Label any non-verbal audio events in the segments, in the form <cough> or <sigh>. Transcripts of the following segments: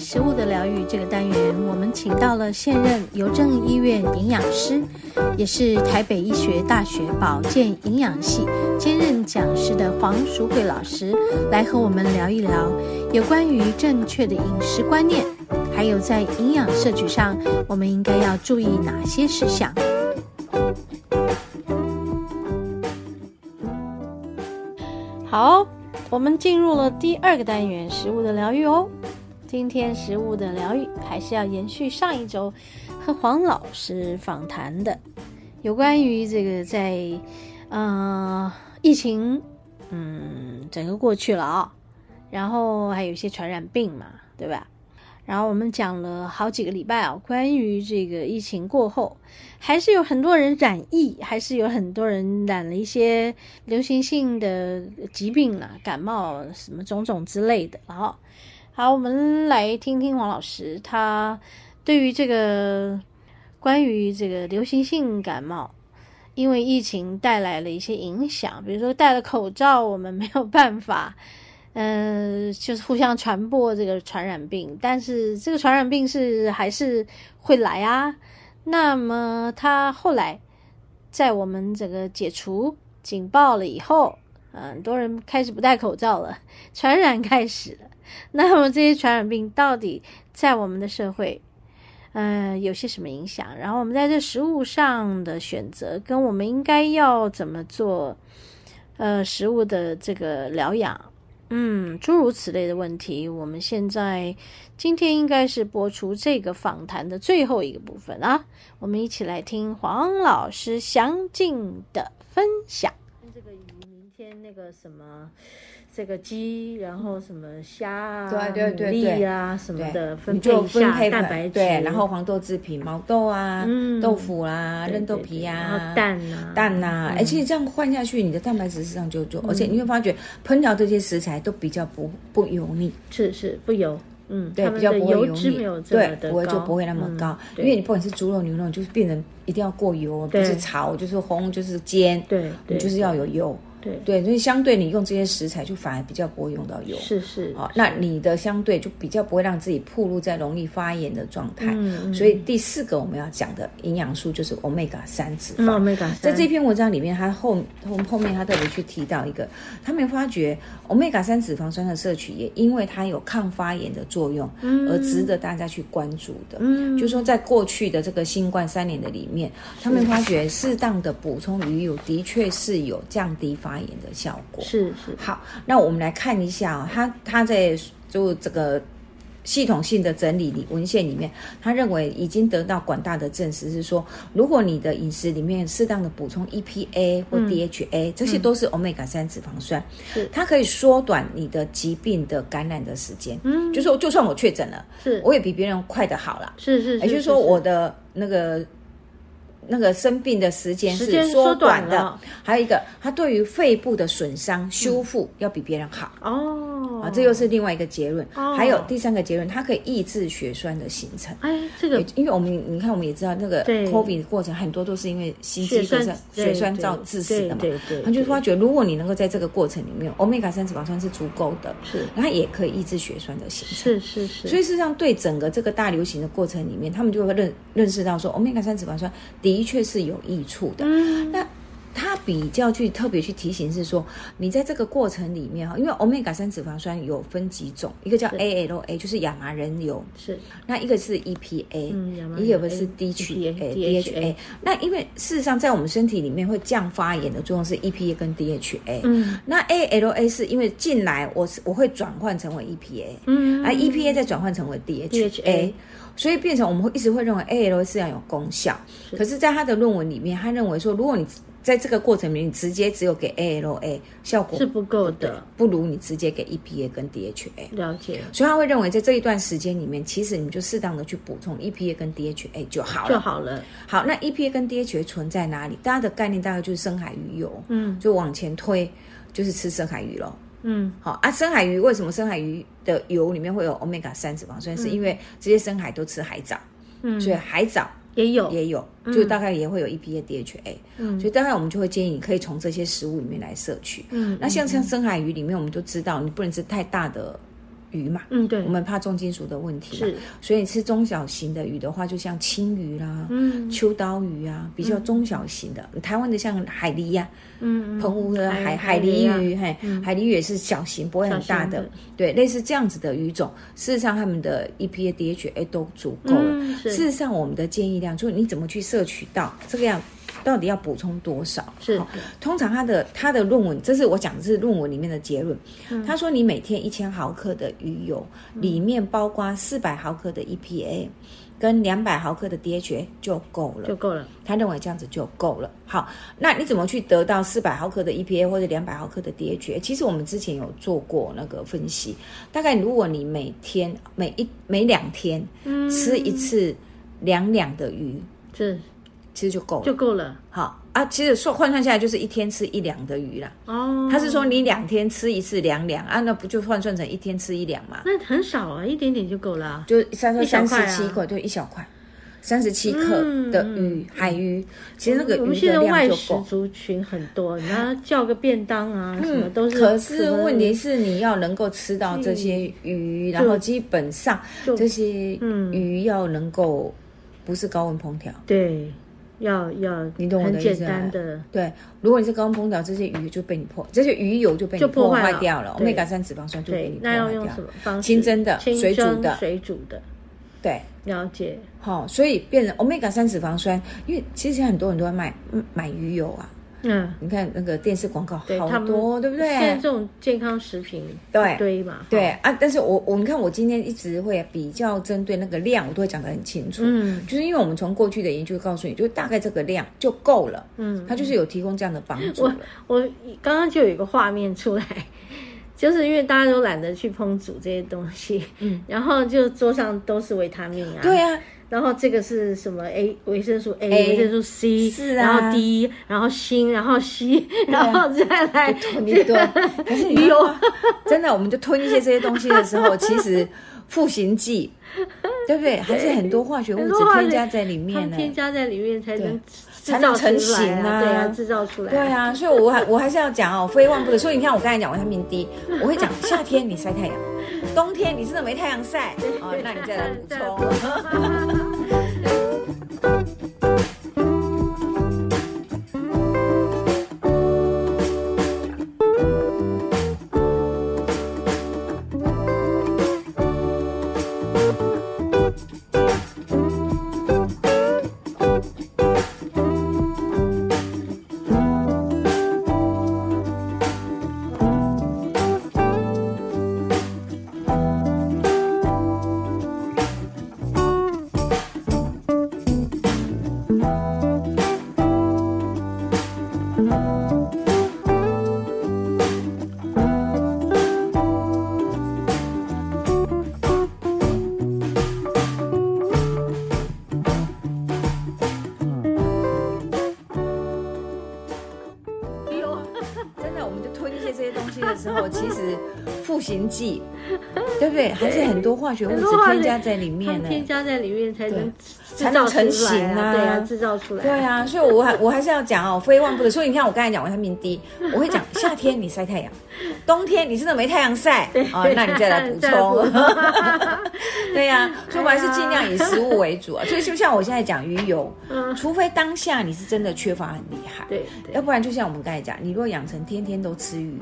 食物的疗愈这个单元，我们请到了现任邮政医院营养师，也是台北医学大学保健营养系兼任讲师的黄淑慧老师，来和我们聊一聊有关于正确的饮食观念，还有在营养摄取上，我们应该要注意哪些事项。好，我们进入了第二个单元——食物的疗愈哦。今天食物的疗愈还是要延续上一周和黄老师访谈的，有关于这个在呃疫情，嗯，整个过去了啊、然后还有一些传染病嘛，对吧？然后我们讲了好几个礼拜啊，关于这个疫情过后，还是有很多人染疫，还是有很多人染了一些流行性的疾病啦、感冒什么种种之类的。啊然后，好，我们来听听黄老师他对于这个关于这个流行性感冒。因为疫情带来了一些影响，比如说戴了口罩，我们没有办法嗯，就是互相传播这个传染病，但是这个传染病是还是会来啊。那么它后来在我们整个解除警报了以后，呃很多人开始不戴口罩了， <laughs> 传染开始了。那么这些传染病到底在我们的社会，嗯，有些什么影响？然后我们在这食物上的选择，跟我们应该要怎么做，呃，食物的这个疗养。嗯，诸如此类的问题，我们现在今天应该是播出这个访谈的最后一个部分啊，我们一起来听黄老师详尽的分享。这个鱼，明天那个什么，这个鸡，然后什么虾啊、对对对牡对蛎啊什么的，你分配就一分下配蛋吧白质，对，然后黄豆制品、毛豆啊、嗯豆腐啦、对嫩豆对皮对呀、然后蛋啊，蛋呐、嗯而且这样换下去，你的蛋白质实际上就就，而且你会发觉烹调这些食材都比较不不油腻，是是不油，嗯，对，它哎们比较的不会油油脂腻没有，这么对，的不会就高不会那么嗯高，对因为你不管是猪肉、牛肉，你就是变成一定要过油，哦不对是炒就是烘就是煎，对对你就是要有油，对对，所以相对你用这些食材就反而比较不会用到油，是是哦，那你的相对就比较不会让自己暴露在容易发炎的状态。嗯嗯所以第四个我们要讲的营养素就是 omega 三脂嗯肪。 ，omega 在三这篇文章里面，他后后后面他特别去提到一个，他们发觉 omega 三脂肪酸的摄取也因为它有抗发炎的作用，而值得大家去关注的。嗯就说在过去的这个新冠三年的里面，他们发觉适当的补充鱼油的确是有降低发炎的效果。是是好，那我们来看一下啊、他他在就这个系统性的整理里文献里面，他认为已经得到广大的证实是说，如果你的饮食里面适当的补充 EPA 或 DHA，、这些都是 omega 三脂肪酸，嗯是它可以缩短你的疾病的感染的时间。嗯就是说就算我确诊了，是我也比别人快的好了。是是，也就是说，我的那个那个生病的时间时间是缩缩短短了的。还有一个，它对于肺部的损伤修复要比别人好。嗯哦啊，这又是另外一个结论。哦还有第三个结论，它可以抑制血栓的形成。哎，这个也因为我们你看，我们也知道那个对 COVID 过程很多都是因为心肌梗塞、对血栓对造致死的嘛。对对，他就对发觉，如果你能够在这个过程里面，omega 三脂肪酸是足够的，是它也可以抑制血栓的形成。是是是，所以以事实上，对整个这个大流行的过程里面，他们就会认认识到说，omega 三脂肪酸的确是有益处的。嗯那他比较去特别去提醒是说，你在这个过程里面哈，因为 omega 三脂肪酸有分几种，一个叫是 ALA，就是亚麻仁油，是那一个是 EPA，、嗯亚麻仁 E 一个是 EPA DHA DHA DHA。那因为事实上，在我们身体里面会降发炎的作用是 EPA 跟 DHA。嗯那 ALA 是因为进来我是我会转换成为 E EPA，嗯而 EPA ，E 再转换成为 DHA DHA，所以变成我们会一直会认为 AL 是要有功效。是可是，在他的论文里面，他认为说，如果你在这个过程里面，你直接只有给 ALA，效果是不够的，不如你直接给 EPA 跟 DHA。了解所以他会认为，在这一段时间里面，其实你就适当的去补充 EPA 跟 DHA 就好就了。好了，好，那 EPA 跟 DHA 存在哪里？大家的概念大概就是深海鱼油，嗯就往前推，就是吃深海鱼喽。嗯好啊，深海鱼为什么深海鱼的油里面会有 omega 三脂肪酸？是因为这些深海都吃海藻，嗯，所以海藻也有也有，就大概也会有 EPA、DHA，、嗯所以大概我们就会建议你可以从这些食物里面来摄取。嗯那像像深海鱼里面，我们都知道你不能吃太大的鱼嘛，嗯，对我，们怕重金属的问题嘛，是，所以吃中小型的鱼的话，就像青鱼啦、嗯秋刀鱼啊，比较中小型的。台湾的像海狸呀、嗯，澎湖的哦海海海狸狸啊鱼，嘿，海狸鱼也是小型，不会很大小的型的，对，类似这样子的鱼种，事实上他们的 E EPA、DHA 都足够了。嗯事是实上，我们的建议量就是你怎么去摄取到这个样，到底要补充多少？是好通常他的他的论文，这是我讲的是论文里面的结论。嗯他说你每天一千毫克的鱼油，里面包括四百毫克的 EPA 跟两百毫克的 DHA 就够了就。够了，他认为这样子就够了。好，那你怎么去得到四百毫克的 EPA 或者两百毫克的 DHA？其实我们之前有做过那个分析，大概如果你每天每一每两天嗯，吃一次两两的鱼，是其实就够了。就够了好啊，其实算换算下来就是一天吃一两的鱼啦。哦。他是说你两天吃一次两两啊，那不就换算成一天吃一两嘛？那很少啊，一点点就够了啊，就三一小三块啊嗯十七克，对，一小块，三十七克的鱼，海鱼，其实那个我们鱼现的在量外就食够。族群很多，你要叫个便 <laughs> 当啊，什么都嗯是。可是问题是，是，你要能够吃到这些鱼，然后基本上就这些嗯鱼要能够不是高温烹调。对，要要，你懂我很的意简思啊单吗的，对，如果你是高温烹调，这些鱼就被你破，这些鱼油就被你就破坏坏了掉了，欧对米伽三脂肪酸就被对你，破那坏要用什掉么。方式？清蒸的清水煮蒸的水煮的，对，了解，好、所以变成欧米伽三脂肪酸，因为其实现在很多人都在卖嗯买鱼油啊，嗯，你看那个电视广告对好他们多，对不对？现在这种健康食品对一堆嘛，对哈，啊，但是我我你看我今天一直会比较针对那个量，我都会讲得很清楚，嗯就是因为我们从过去的研究告诉你，就大概这个量就够了，嗯，它就是有提供这样的帮助我了。我刚刚就有一个画面出来， <laughs> 就是因为大家都懒得去烹煮这些东西，嗯，然后就桌上都是维他命啊，对啊，然后这个是什么 A 维生素 A, A，维生素 C，是啊然后 D，然后锌，然后硒，然后再来吞一这 <laughs> 堆个，可是你鱼知道油吗，真的，我们就吞一些这些东西的时候，其实复形剂， <laughs> 对不对？还是很多化学物很质多化学添加在里他面们呢。添加在里面才能制才造能出来成型啊，啊对啊，制造出来，对，啊，所以我还我还是要讲哦，非万不可。所以你看，我刚才讲维他命 D，我会讲夏天你晒太阳，冬天你真的没太阳 <laughs> 晒哦，那你再来补充。充。真的，我们就吞一些这些东西的时候，其实复形 <laughs> 剂，对不对？还是很多化学物很质多化学添加在里面它呢。添加在里面才能制才造能出来成型啊，啊对啊，制造出来。对啊，所以我还我还是要讲哦，非万不可。所以你看，我刚才讲维他命 D，我会 <laughs> 讲夏天你晒太阳，冬天你真的没太阳晒啊、那你再来补 <laughs> 再来补充。 <laughs> 对 <laughs> 呀、所以我们还是尽量以食物为主啊。所以就像我现在讲鱼油，哎嗯除非当下你是真的缺乏很厉害，对对要不然就像我们刚才讲，你如果养成天天都吃鱼，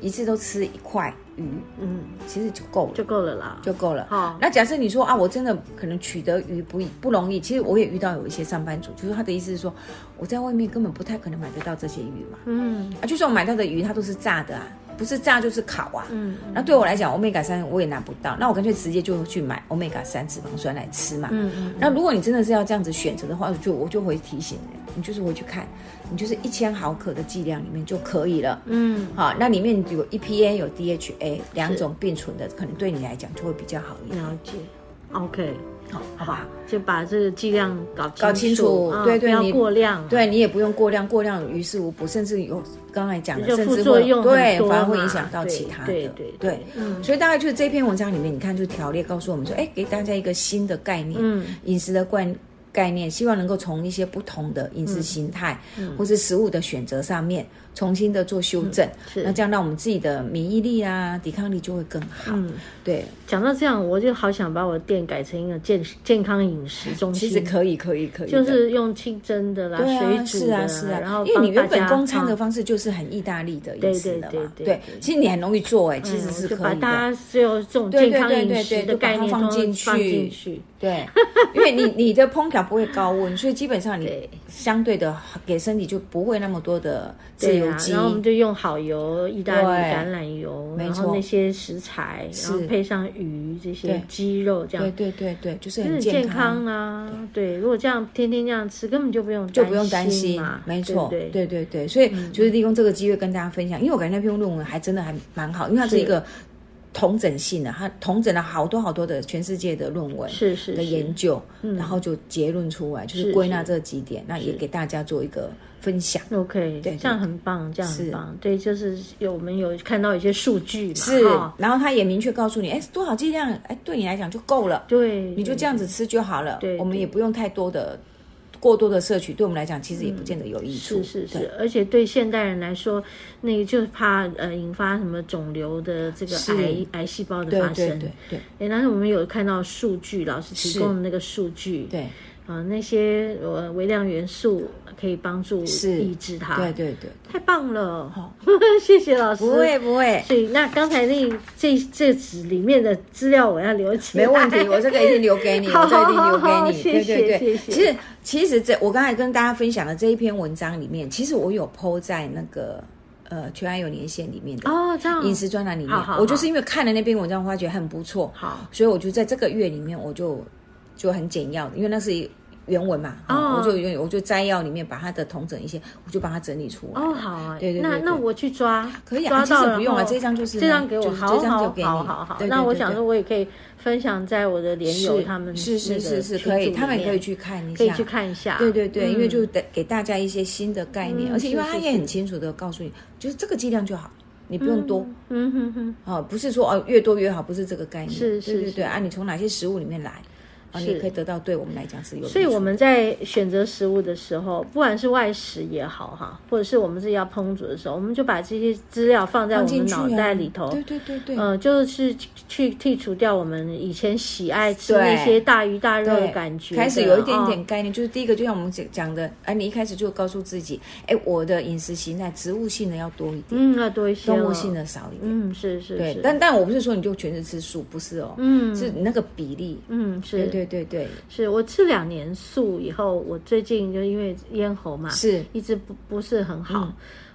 一次都吃一块鱼，嗯，其实就够了就。够了啦。就够了。好那假设你说啊，我真的可能取得鱼不易不容易，其实我也遇到有一些上班族，就是他的意思是说，我在外面根本不太可能买得到这些鱼嘛。嗯啊，就算我买到的鱼，它都是炸的啊，不是炸就是烤啊。嗯，那对我来讲，omega 三我也拿不到，那我干脆直接就去买 omega 三脂肪酸来吃嘛。嗯嗯那如果你真的是要这样子选择的话，我就我就会提醒你，你就是回去看，你就是一千毫克的剂量里面就可以了。嗯，好，那里面有 EPA 有 DHA 两种并存的，可能对你来讲就会比较好一点，了解。OK，好，好不好？就把这个剂量搞搞清楚啊对对不你要过量。对你也不用过量，过量于事无补，甚至有刚才讲的，就甚副至作会用对很多，反而会嘛影响到对其他的，对对对嗯所以大概就是这篇文章里面，你看就条列告诉我们说，哎，给大家一个新的概念，嗯饮食的观嗯概念，希望能够从一些不同的饮食形态、或是食物的选择上面重新的做修正。是那这样让我们自己的免疫力啊、抵抗力就会更好。嗯，对，讲到这样，我就好想把我的店改成一个健健康饮食中其实心，可以，可以，可以的。就是用清蒸的啦、对啊，水煮是的啊，啦，是啊。然后因为你帮原大本家公餐啊的方式就是很意大利的饮食的对对嘛，对对对其实你很容易做哎、哎其实是我就可把以大的。家所有这种对健对康对饮对食对的就把概它念放都进放去进去，对，因为你你的烹调不会高温，所以基本上你对相对的给身体就不会那么多的自对由啊，基。然后我们就用好油、意大利对橄榄油，没然后错那些食材，然后是配上鱼这些对鸡肉，这对样对对对，就是很很嗯健健康，啊。对，如果这样天天这样吃，根本就不用就不用担心心嘛，。没错，对不对对嗯对对，所以就是利用这个机会跟大家分享，因为我感觉那篇论文还真的还蛮好，因为它是一个同整性的，它同整了好多好多的全世界的论文。是是的研是，究，然后就结论出来，就是是归纳是这几点，那也给大家做一个分享。 OK，对对这样很棒，这样很是棒。对，就是有我们有看到一些数据嘛，是哈，然后他也明确告诉你，哎，多少剂量，哎，对你来讲就够了，对，你就这样子吃就好了。对我们对也不用太多的、过多的摄取，对我们来讲其实也不见得有益处。是是对，是，而且对现代人来说，那个就是怕呃引发什么肿瘤的这个是癌癌细胞的对发生。对对对诶但是我们有看到数据，老师提是供的那个数据，对啊、那些呃微量元素可以帮助是抑制它，对对对，太棒了，好 <laughs> 谢谢老师。哦不会不会，所以那刚才那这这纸里面的资料我要留起来，没问 <laughs> 题，我这个一定留给你，好我这个一定留好好好给你。谢对谢对谢对，谢其实其实这我刚才跟大家分享的这一篇文章里面，其实我有 PO 在那个呃全爱有年限里面的哦，这样饮食专栏里面好好，好我就是因为看了那篇文章，发觉很不错，好所以我就在这个月里面，我就就很简要的，因为那是原文嘛，哦哦、我就有我就摘要里面把它的同整一些，我就把它整理出来。哦，好啊，对对对那对那我去抓，可以抓啊，其到实然不用啊，后这张就是这张给我，就是好这张好就给你，好好好对。对那我对想对说，我也可以分享在我的连友他们是是那个是是是群可组以，里他们也可以面去看一下，可以去看一下。对对对，因为嗯就是得给大家一些新的概念，嗯而且因为是他是也是很清楚的告诉你，就是这个剂量就好，你不用多。嗯哼哼，啊、不是说哦越多越好，不是这个概念。是是对对是对啊，你从哪些食物里面来，啊，是你也可以得到对我们来讲是有益处。所以我们在选择食物的时候，不管是外食也好哈，或者是我们自己要烹煮的时候，我们就把这些资料放在放我进们去啊脑袋里头。对对对对，呃，就是去去剔除掉我们以前喜爱吃对那些大鱼大肉的对感觉的，开始有一点哦点概念，就是第一个，就像我们讲讲的，哎、你一开始就告诉自己，哎，我的饮食形态植物性的要多一点，嗯，要多一些动物了性的少一点。嗯，是是对是，，但但我不是说你就全是吃素，不是哦，嗯是你那个比例。嗯是对对对对，是我吃两年素以后，我最近就因为咽喉嘛，是一直不不是很好，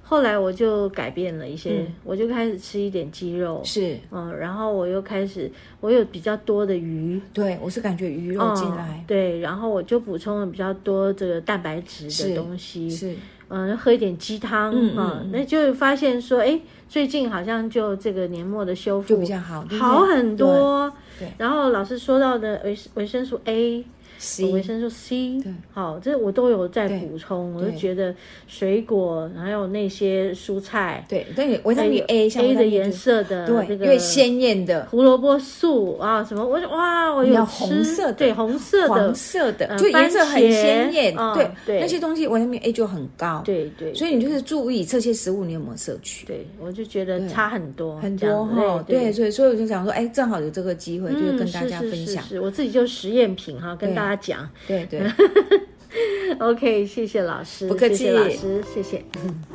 后来我就改变了一些，我就开始吃一点鸡肉，是，嗯，然后我又开始我有比较多的鱼。对我是感觉鱼肉进来、嗯对，然后我就补充了比较多这个蛋白质的是东西，是嗯，喝一点鸡汤，嗯嗯嗯嗯那就发现说，哎，最近好像就这个年末的修复就比较好，对不对好很多。对对然后老师说到的维维生素 A、哦 C 维生素 C，对好，这我都有在补充。我就觉得水果还有那些蔬菜，对，但你维他命 A 像 A 维他的命颜 B 色的对，这个因为鲜艳的、胡萝卜素啊什么，我就哇，我有要吃红色的对红色的黄，色的嗯，就颜色番很茄鲜艳嗯，对对那些东西维他命 A 就很高，，对对，所以你就是注意这些食物你有没有摄取。对我就觉得差很多，很这样多哈，对对，。所以所以我就想说，哎，正好有这个机会，就是跟大家分嗯、是是享是，是我自己就实验品哈，跟对大家讲。对对。 OK，谢谢老师，不客气谢谢老师，谢谢。